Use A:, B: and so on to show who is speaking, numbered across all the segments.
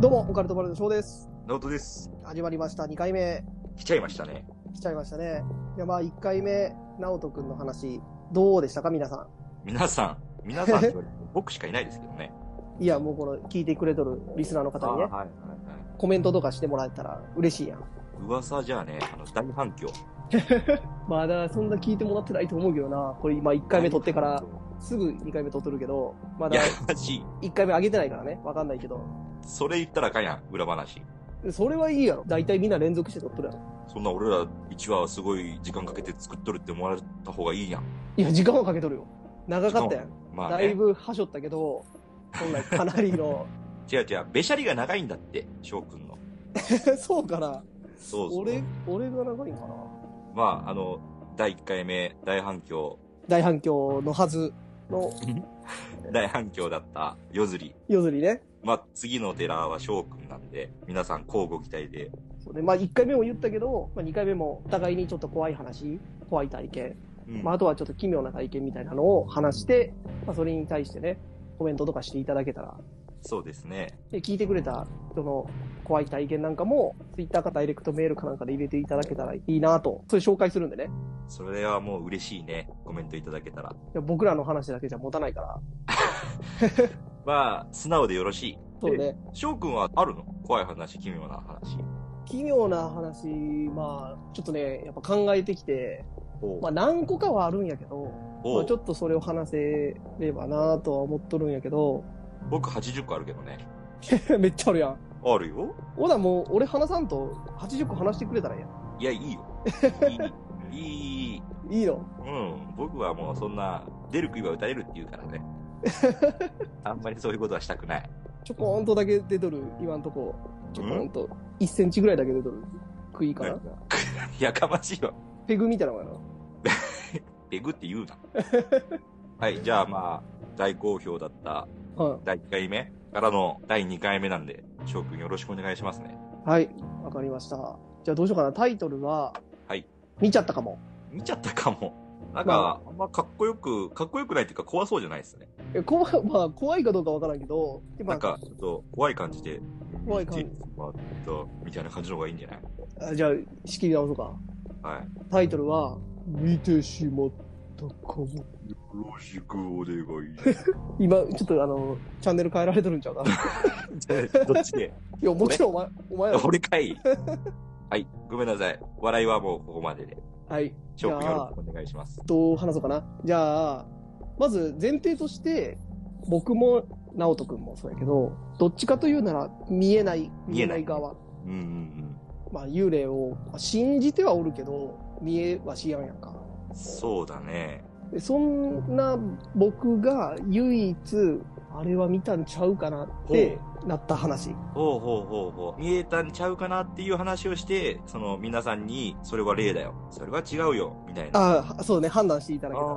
A: どうも、オカルトバレーの翔です。
B: 直人です。
A: 始まりました。2回目
B: 来ちゃいましたね。
A: 来ちゃいましたね。いや、まあ1回目、直人くんの話、どうでしたか皆さ
B: 皆さん、皆さんって言われても僕しかいないですけど ね。
A: ん。いや、もうこの聞いてくれとるリスナーの方にね、
B: はい。
A: コメントとかしてもらえたら嬉しいやん。
B: 噂じゃあね、あの、大反響。
A: まあだからそんな聞いてもらってないと思うけどな。これ今1回目撮ってから、すぐ2回目撮っとるけど、ま
B: いや
A: だ、
B: マジ、
A: 1回目上げてないからね。わかんないけど。
B: それ言ったらあかんやん、裏話。
A: それはいいやろ。だいたいみんな連続して撮っとるやろ。
B: そんな俺ら1話すごい時間かけて作っとるって思われた方がいいやん。
A: いや、時間はかけとるよ。長かったやん。
B: まあ
A: だい
B: ね。
A: ぶはしょったけど、本来かなりの、
B: 違う違う、べしゃりが長いんだって、翔くんの。
A: そうかな。
B: そうそう。
A: 俺、俺が長いんかな。
B: まあ、あの、第1回目、大反響、
A: 大反響のはずの
B: 大反響だった夜釣り。
A: 夜釣りね。
B: まあ、次の寺は翔くんなんで、皆さん交互期待で
A: そうねまあ1回目も言ったけど、まあ、2回目もお互いにちょっと怖い話、怖い体験、
B: うん
A: まあ、あとはちょっと奇妙な体験みたいなのを話して、まあ、それに対してね、コメントとかしていただけたら、
B: そうですね。
A: で聞いてくれた人の怖い体験なんかも、ツイッターかダイレクトメールかなんかで入れていただけたらいいなと、それ紹介するんでね。
B: それはもう嬉しいね。コメントいただけたら。
A: いや僕らの話だけじゃ持たないから、
B: まあ、素直でよろしい。
A: そうね。
B: 翔くんはあるの怖い話、奇妙な話。
A: 奇妙な話、まあ、ちょっとね、やっぱ考えてきて、
B: おう
A: まあ何個かはあるんやけど、
B: お
A: まあ
B: う
A: ちょっとそれを話せればなぁとは思っとるんやけど、
B: 僕80個あるけどね。
A: めっちゃあるやん。
B: あるよ
A: ほなもう、俺話さんと80個話してくれたらいいや
B: いや、いいよ。 いい。いい。
A: ん。いいの
B: うん。僕はもうそんな、出る杭は打たれるって言う からね。あんまりそういうことはしたくない。
A: ちょこんとだけ出とる、今んとこ。ちょこんと、1センチぐらいだけ出とる。食いかな
B: は。やかましいわ。
A: ペグみたいなのかな。
B: ペグって言うな。 はい、じゃあまあ、大好評だった
A: は
B: 第1回目からの第2回目なんで、翔くんよろしくお願いしますね。
A: い。はい。わかりました。じゃあどうしようかな。タイトルは、
B: はい。
A: 見ちゃったかも。
B: 見ちゃったかも。なん
A: ま
B: か、あんまかっこよく、かっこよくないっていうか怖そうじゃないですね。
A: え、怖い、 まあ、怖いかどうかわからんけど、ま
B: な
A: あ
B: んか、ちょっと怖い感じで、
A: 怖い感じ
B: 見てもらったみたいな感じの方がいいんじゃない
A: あじゃあ、仕切り直そうか。
B: はい。
A: タイトルは、見てしまったかも。
B: よろしくお願い。
A: 今、ちょっとあの、チャンネル変えられとるんちゃ うかな。
B: どっちで
A: いや、もちろんお前、お前だろ
B: 俺かい。はい、ごめんなさい。笑いはもうここまでで。
A: はい。
B: 翔くん
A: じ
B: よ
A: ゃあ
B: ろしくお願いします。
A: どう話そうかな。じゃあ、まず前提として、僕も、直人くんもそうやけど、どっちかというなら、見えない、見
B: 見
A: え
B: え
A: な
B: ない
A: い側。
B: うんうん
A: まあ、幽霊をまあ信じてはおるけど、見えはしやんやんか。
B: うん。そうだね。
A: でそんな僕が唯一、あれは見たんちゃうかなってなった話。
B: ほうほうほうほう。見えたんちゃうかなっていう話をして、その皆さんに、それは例だよ。それは違うよ。みたいな。
A: ああ、そうね、判断していただけたら、
B: あ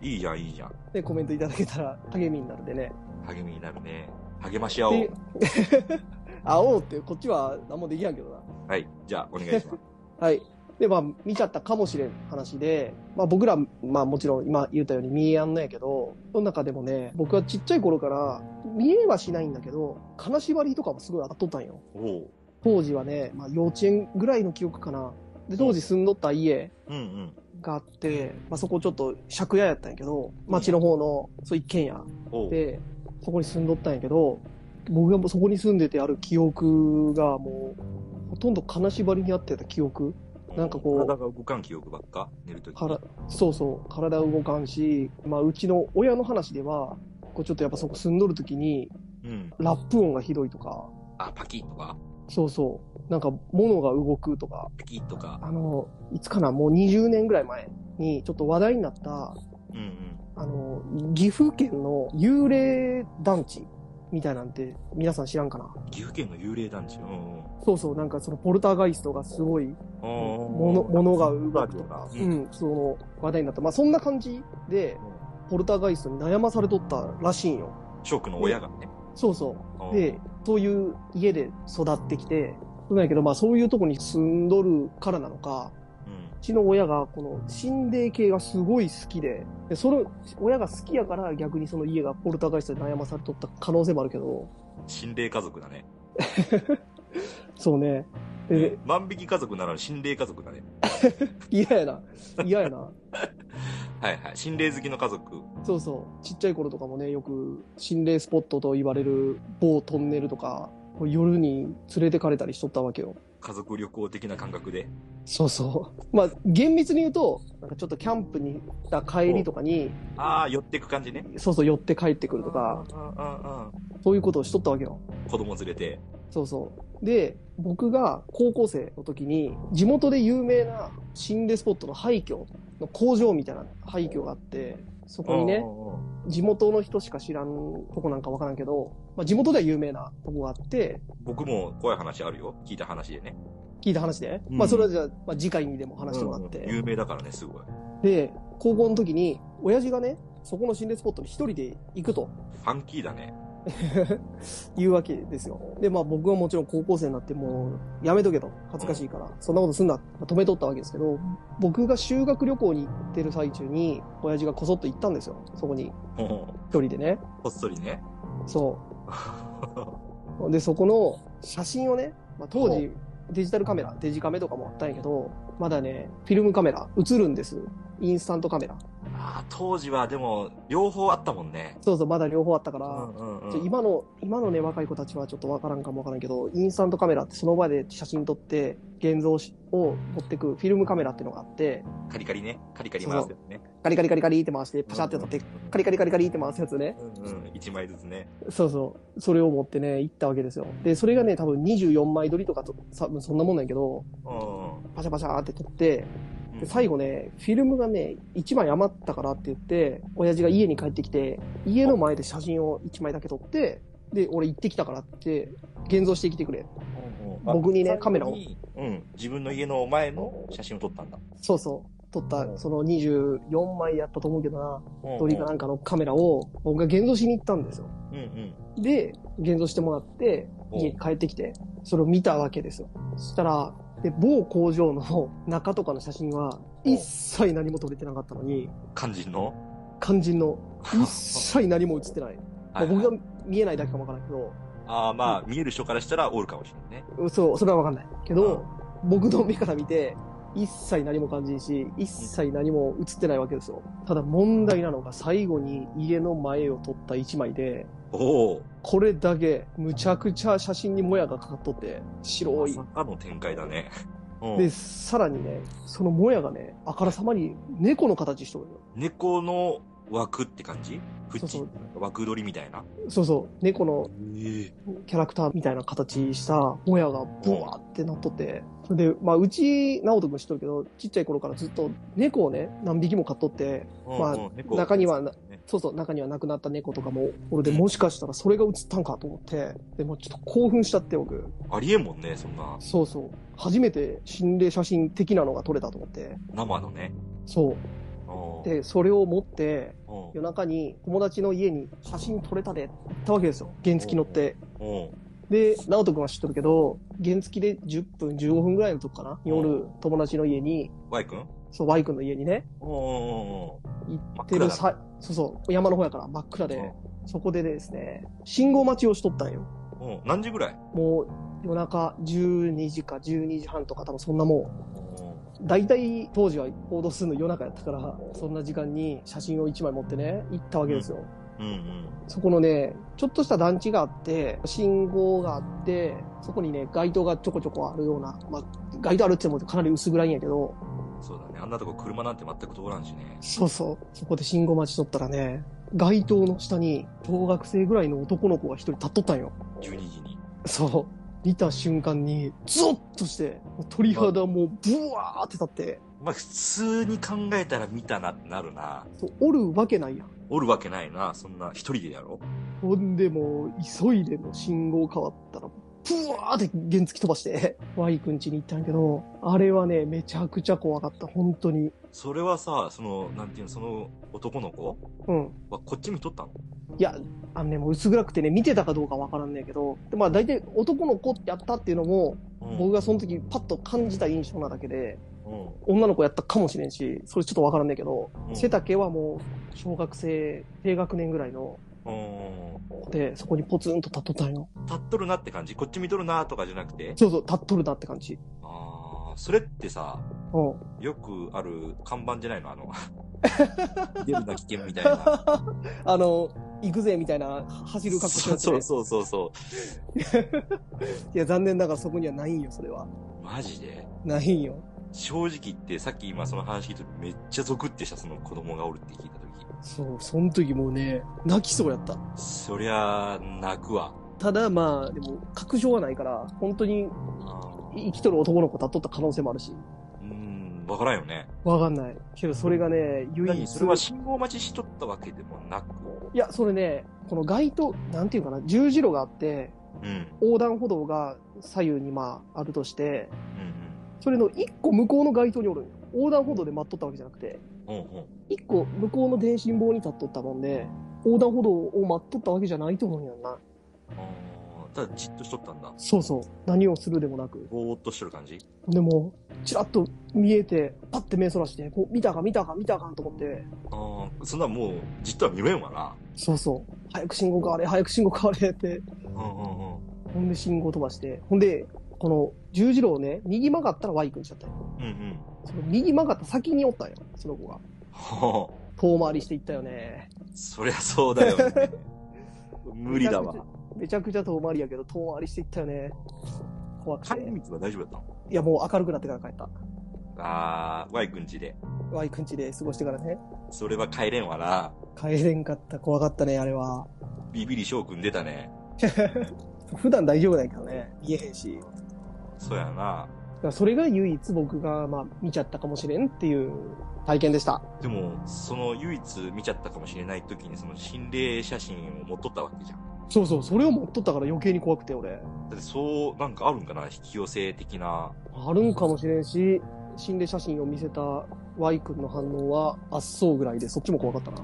B: ーいいじゃん、いいじゃん。
A: で、コメントいただけたら励みになるんでね。
B: 励みになるね。励まし合お
A: で
B: う。、
A: 会おうって、こっちは何もできやんけどな。
B: はい。じゃあ、お 願いします。
A: はい。で、まあ、見ちゃったかもしれん話で、まあ僕ら、まあもちろん今言ったように見えやんのやけど、その中でもね、僕はちっちゃい頃から、見えはしないんだけど、金縛りとかもすごい当たっとったんよ。
B: おう。
A: 当時はね、まあ幼稚園ぐらいの記憶かな。で、当時住んどった家
B: うんうん。
A: があって、まあそこちょっと借家やったんやけど、町の方の、そう一軒家
B: おう。
A: で、そこに住んどったんやけど、僕がもうそこに住んでてある記憶がもう、ほとんど金縛りにあってた記憶。なんかこう
B: 体が動かん記憶ばっか寝るとき。
A: からそうそう、体動かんし、まあ、うちの親の話では、こうちょっとやっぱそこ住んどるときに、
B: うん。
A: ラップ音がひどいとか、
B: あ、パキッとか、
A: そうそう、なんか物が動くとか、
B: パキッとか。
A: あの、いつかな、もう20年ぐらい前に、ちょっと話題になった、
B: うんうん。
A: あの、岐阜県の幽霊団地みたいなんて皆さん知らんかな
B: 岐阜県の幽霊団地。うんうん。
A: そうそう、なんかそのポルターガイストがすごい、もの、
B: も
A: ものが奪うと
B: と
A: か
B: か、。
A: う
B: うんうん。
A: ん、その話題になった。まあそんな感じで、ポルターガイストに悩まされとったらしいんよ。
B: ショックの親がね。
A: そうそう。
B: うん
A: で、そういう家で育ってきて、そうなんやけど、まあそういうとこに住んどるからなのか、
B: うん
A: うちの親がこの心霊系がすごい好きで、でその親が好きやから逆にその家がポルターガイストで悩まされとった可能性もあるけど、
B: 心霊家族だね。
A: そうね。で
B: 万引き家族なら心霊家族だね。
A: 嫌やな。嫌やな。
B: はいはい。心霊好きの家族。
A: そうそう。ちっちゃい頃とかもね、よく心霊スポットと言われる某トンネルとか、こう夜に連れてかれたりしとったわけよ。
B: 家族旅行的な感覚で。
A: そうそう。まあ、厳密に言うと、なんかちょっとキャンプに行った帰りとかに、
B: ああ、寄ってく感じね。
A: そうそう寄って帰ってくるとか、
B: うんうん
A: そういうことをしとったわけよ。
B: うん。子供連れて。
A: そうそう。で、僕が高校生の時に、地元で有名な心霊スポットの廃墟の工場みたいな廃墟があって、そこにね、地元の人しか知らんとこなんかわからんけど、まあ、地元では有名なとこがあって、
B: 僕も怖い話あるよ。聞いた話でね。
A: 聞いた話で、
B: うん
A: まあそれはじゃあ、まあ、次回にでも話してもらって、
B: うんうん有名だからね、すごい。
A: で、高校の時に、親父がね、そこの心霊スポットに一人で行くと
B: ファンキーだね。
A: いうわけですよ。で、まあ僕はもちろん高校生になってもうやめとけと、恥ずかしいから、そんなことすんな、まあ止めとったわけですけど、僕が修学旅行に行ってる最中に、親父がこそっと行ったんですよ。そこに、
B: ほほ
A: 一人でね。
B: こっそりね。
A: そう。 で、そこの写真をね、まあ、当
B: ほ
A: 時、デジタルカメラ、デジカメとかもあったんやけど、まだね、フィルムカメラ、映るんです。インスタントカメラ。
B: ああ、当時はでも、両方あったもんね。
A: そうそう、まだ両方あったか
B: う
A: ら、
B: んうんうん
A: ちょ今の、今のね、若い子たちはちょっとわからんかもわからんけど、インスタントカメラってその場で写真撮って、現像しを持ってくフィルムカメラっていうのがあって、
B: カリカリね。カリカリ回すやつね。
A: カリカリカリカリって回して、パシャって撮って、カリカリカリカリって回すやつね。
B: うんうん。一枚ずつね。
A: そうそう。それを持ってね、行ったわけですよ。で、それがね、多分24枚撮りとかと、多分そんなもんなんやけど、
B: うんうん
A: パシャパシャーって撮って、
B: うん。
A: で最後ね、フィルムがね、1枚余ったからって言って、親父が家に帰ってきて、家の前で写真を1枚だけ撮って、で、俺行ってきたからって、現像してきてくれ。
B: うんうん
A: 僕にね
B: あ
A: カメラを
B: うん。自分の家の前の写真を撮ったんだ。
A: そうそう。撮った、その24枚やったと思うけどな、
B: うん
A: 撮りかなんかのカメラを、僕が現像しに行ったんですよ。
B: うんうん。
A: で、現像してもらって、
B: お
A: 家に帰ってきて、それを見たわけですよ。そしたら、で、某工場の中とかの写真は、一切何も撮れてなかったのに、
B: 肝心の
A: 肝心の、 一 切何も写ってない。まあ僕が見えないだけかもわからないけど、
B: ああ、まあ、見える人からしたらおるかもしれないね。
A: そう、それはわかんない。けど、僕の目から見て、一切何も感じんし、一切何も映ってないわけですよ。ただ問題なのが、最後に家の前を撮った一枚で、
B: おお。
A: これだけ、むちゃくちゃ写真にもやがかかっとって、白
B: ま
A: い
B: さ。かの展開だね。うん
A: で、さらにね、そのもやがね、あからさまに猫の形しとるよ。
B: 猫の枠って感じ
A: そうそう
B: 縁枠取りみたいな。
A: そうそう、猫の
B: ええ。
A: キャラクターみたいな形したもやがブワーってなっとって、それで、まあ、うち、直人君知っとるけど、ちっちゃい頃からずっと猫をね、何匹も飼っとって、まあ
B: うんうん猫
A: 中にはな
B: ね
A: そうそう、中には亡くなった猫とかも俺で、もしかしたらそれが映ったんかと思って、でもうちょっと興奮しちゃって、僕。
B: ありえんもんね、そんな。
A: そうそう。初めて心霊写真的なのが撮れたと思って、
B: 生のね。
A: そう。
B: うん
A: で、それを持って、
B: うん
A: 夜中に友達の家に写真撮れたでって言ったわけですよ。原付き乗って。
B: うん
A: で、直人君は知っとるけど、原付きで10分、15分ぐらいのとこかな、夜、友達の家に、
B: Y 君
A: そう、Y 君の家にね、
B: うんうんうんうん。
A: 行
B: 真
A: っ
B: っ
A: て
B: 暗
A: る
B: だ。
A: さ、そうそう、山の方やから真っ暗で、そこでですね、信号待ちをしとったんよ。
B: うんうん何時ぐらい
A: もう、夜中12時か12時半とか、多分そんなもん。
B: うん
A: 大体当時は報道するの夜中やったから、そんな時間に写真を1枚持ってね、行ったわけですよ。
B: うん
A: そこのね、ちょっとした団地があって、信号があって、そこにね、街灯がちょこちょこあるような、まあ、街灯あるって言ってもかなり薄暗いんやけど、
B: うん。そうだね。あんなとこ車なんて全く通らんしね。
A: そうそう、そこで信号待ちとったらね、街灯の下に、小学生ぐらいの男の子が一人立っとったんよ。
B: 12時に。
A: そう。見た瞬間に、ゾッとして、鳥肌もうブワーって立って、
B: まあ、普通に考えたら見たなってなるな。
A: そうおるわけないやん。
B: おるわけないな。そんな、一人でやろ
A: ほんでもう、急いでの信号変わったら、ブワーって原付飛ばして、Y くん家に行ったんやけど、あれはね、めちゃくちゃ怖かった、本当に。
B: それはさ、その、なんていうの、その男の子
A: うん。
B: はこっち見とったの
A: いや、あのね、もう薄暗くてね、見てたかどうかわからんねんけど、でまあ大体男の子ってやったっていうのも、
B: うん
A: 僕がその時パッと感じた印象なだけで、
B: う
A: 女の子やったかもしれんし、それちょっとわからんねんけど、
B: ん。
A: 背丈はもう、小学生、低学年ぐらいの
B: うん。
A: 子で、そこにポツンと立っとったんよ。
B: 立っとるなって感じこっち見とるなとかじゃなくて
A: そうそう、立っとるなって感じ。
B: ああ、それってさ、
A: うん。
B: よくある看板じゃないの あの、出るな危険みたいな。
A: あの、行くぜみたいな、走る格好して
B: そうそうそうそうそ
A: いや、残念ながらそこにはないんよ、それは。
B: う。マジで
A: ないんよ。
B: 正直言って、さっき今その話聞いてめっちゃゾクってした、その子供がおるって聞いたと
A: そう、その時もうね、泣きそうやった。
B: き。そりゃ、泣くわ。
A: ただまあ、でも、確証はないから、本当に生きとる男の子立っとった可能性もあるし。
B: うーん、わからんよね。
A: わかんない。けど、それがね、唯
B: 何
A: 一。
B: それは信号待ちしとったわけでもなく。
A: いや、それね、この街灯、なんていうかな、十字路があって、
B: うん。うん
A: 横断歩道が左右にまあ、あるとして、
B: うん。
A: それの一個向こうの街灯におるんよ。横断歩道で待っとったわけじゃなくて、
B: うんうん。
A: 一個向こうの電信棒に立っとったもんで、横断歩道を待っとったわけじゃないと思うんやんな。
B: あーただじっとしとったんだ。
A: そうそう。何をするでもなく。
B: ぼーっとしとる感じ
A: でも、ちらっと見えて、パッて目そらして、こう見たか見たか見たかと思って、
B: ああ、そんなんもう、じっとは見れんわな。
A: そうそう。早く信号変われ、早く信号変われって。
B: うんうんうん。
A: ほんで信号飛ばして。ほんで、この十字路をね、右曲がったら Y 君しちゃったよ。
B: うんうん。
A: その右曲がった先におったんよ、その子が。
B: は
A: 遠回りしていったよね。
B: あ、そりゃそうだよ ね。無理だわ。
A: めちゃくちゃ遠回りやけど、遠回りしていったよね。怖く
B: 帰
A: て。
B: り道は大丈夫だっ
A: いや、もう明るくなってから帰った。
B: たのああ、Y 君ちで。
A: Y 君家で過ごしてからね。
B: それは帰れんわな。
A: 帰れんかった、怖かったね、あれは。
B: ビビリ翔くん出たね。
A: 普段大丈夫だけどね、言えへんし。
B: そうやな。
A: だからそれが唯一僕が、まあ、見ちゃったかもしれんっていう体験でした。
B: でも、その唯一見ちゃったかもしれない時に、その心霊写真を持っとったわけじゃん。
A: そうそう、それを持っとったから余計に怖くて、俺。
B: だってそう、なんかあるんかな引き寄せ的な。
A: あるんかもしれんし、心霊写真を見せた Y 君の反応は、あっそうぐらいで、そっちも怖かったな。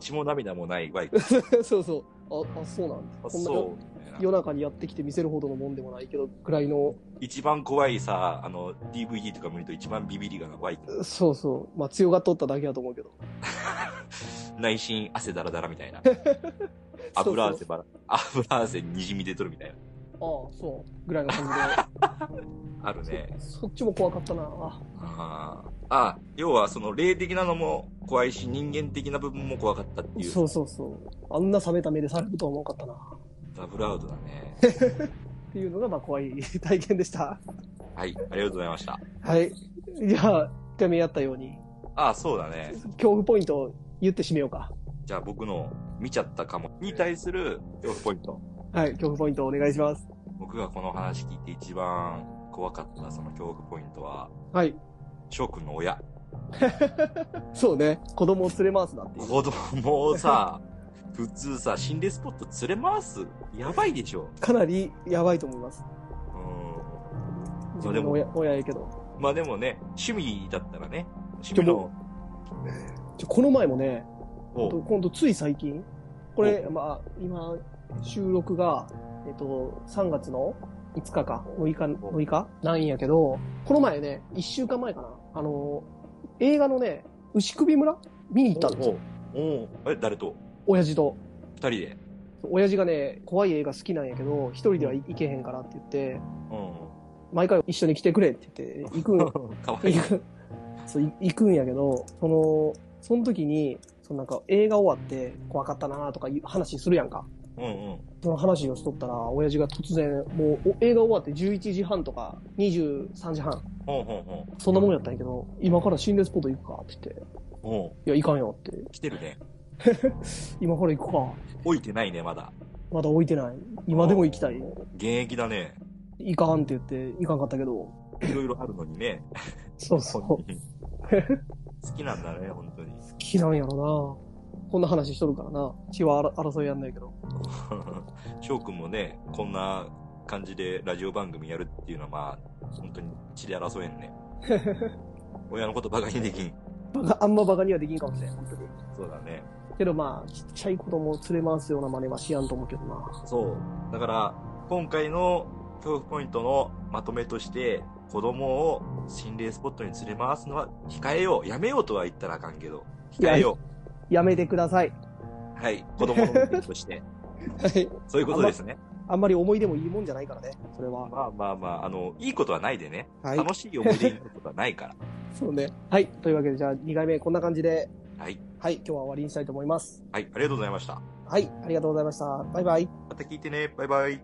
B: 血も涙もない Y 君。
A: そうそう。あ、あそうなん
B: あ
A: だ。こんな
B: そうみたいな。
A: 夜中にやってきて見せるほどのもんでもないけど、ぐらいの、
B: 一番怖いさ、あの、DVD とか見ると一番ビビりがな Y 君。
A: そうそう。まあ、強がっとっただけだと思うけど。。
B: 内心汗だらだらみたいな油汗ばら、油汗にじみ出とるみたいな。
A: ああ、そう。ぐらいの感じで。
B: あるね。
A: そそっちも怖かったな。あ
B: あーあ、要はその霊的なのも怖いし、人間的な部分も怖かったっていう。
A: そうそうそう。あんな冷めた目でされるとは思わなかったな。
B: ダブルアウトだね。
A: っていうのが、まあ、怖い体験でした。
B: はい、ありがとうございました。
A: はい。じゃあ、一回目やったように、
B: ああ、そうだね。
A: 恐怖ポイントを言って締めようか。
B: じゃあ僕の見ちゃったかもに対する恐怖ポイント。
A: はい。恐怖ポイントお願いします。
B: 僕がこの話聞いて一番怖かったその恐怖ポイントは、
A: はい。
B: 翔くんの親。
A: そうね。子供を連れ回すなっていう。
B: 子供をさ、 普通さ、心霊スポット連れ回す。やばいでしょ。
A: かなりやばいと思います。
B: うん。
A: 自分の親、親やけど。
B: まあでもね、趣味だったらね、趣味の、
A: ちょこの前もね、
B: おう
A: 今度つい最近、これ、まあ、今、収録が、えっと、3月の5日か、6日、
B: お
A: 6日なんやけど、この前ね、1週間前かな、あの、映画のね、牛首村見に行ったんですよ。
B: おうおうえ、誰と
A: 親父と。
B: 二人で。
A: 親父がね、怖い映画好きなんやけど、一人では行けへんからって言って、
B: う
A: 毎回一緒に来てくれって言って、行くん、
B: ん。かわいい
A: 行。く、そう、い行くんやけど、その、その時に、そのなんか映画終わって怖かったなとかいう話するやんか。
B: うんうん。
A: その話をしとったら、親父が突然、もうお映画終わって11時半とか23時半、
B: ほうほ
A: そんなもんやったんやけど、今から心霊スポット行くかって言って、
B: うほう。おう
A: いや、行かんよって、
B: 来てるね。
A: 今から行くか。
B: 置いてないね、まだ。
A: まだ置いてない。今でも行きたい。
B: 現役だね。
A: 行かんって言って、行かんかったけど、
B: いろいろあるのにね。
A: そう そう。
B: 本
A: 好
B: 当に好きなんだね、本当に。
A: きなんやろな。こんな話しとるからな。血は争争いやんないけど。
B: 翔くんもね、こんな感じでラジオ番組やるっていうのは、まあ、本当に血で争え んね。親のことばかりで きん。
A: バカあんまバカにはできんかもしれん、本当に。
B: そうだね。
A: けどまあ、ちっちゃい子供を連れ回すような真似はしやんと思うけどな。
B: そう。だから、今回の恐怖ポイントのまとめとして、子供を心霊スポットに連れ回すのは控えよう。やめようとは言ったらあかんけど、控えよ
A: やめてください。
B: う。はい。子供の運と して。
A: はい。
B: そういうことですね。
A: あんまり思い出もいいもんじゃないからね、それは。
B: まあまあまあ、あの、いいことはないでね。
C: はい。
B: 楽しい思い出になることはないから。
A: そうね。はい。というわけで、じゃあ2回目こんな感じで、
B: はい。
A: はい、今日は終わりにしたいと思います。
B: はい。ありがとうございました。
A: はい、ありがとうございました。バイバイ。
B: また聞いてね。バイバイ。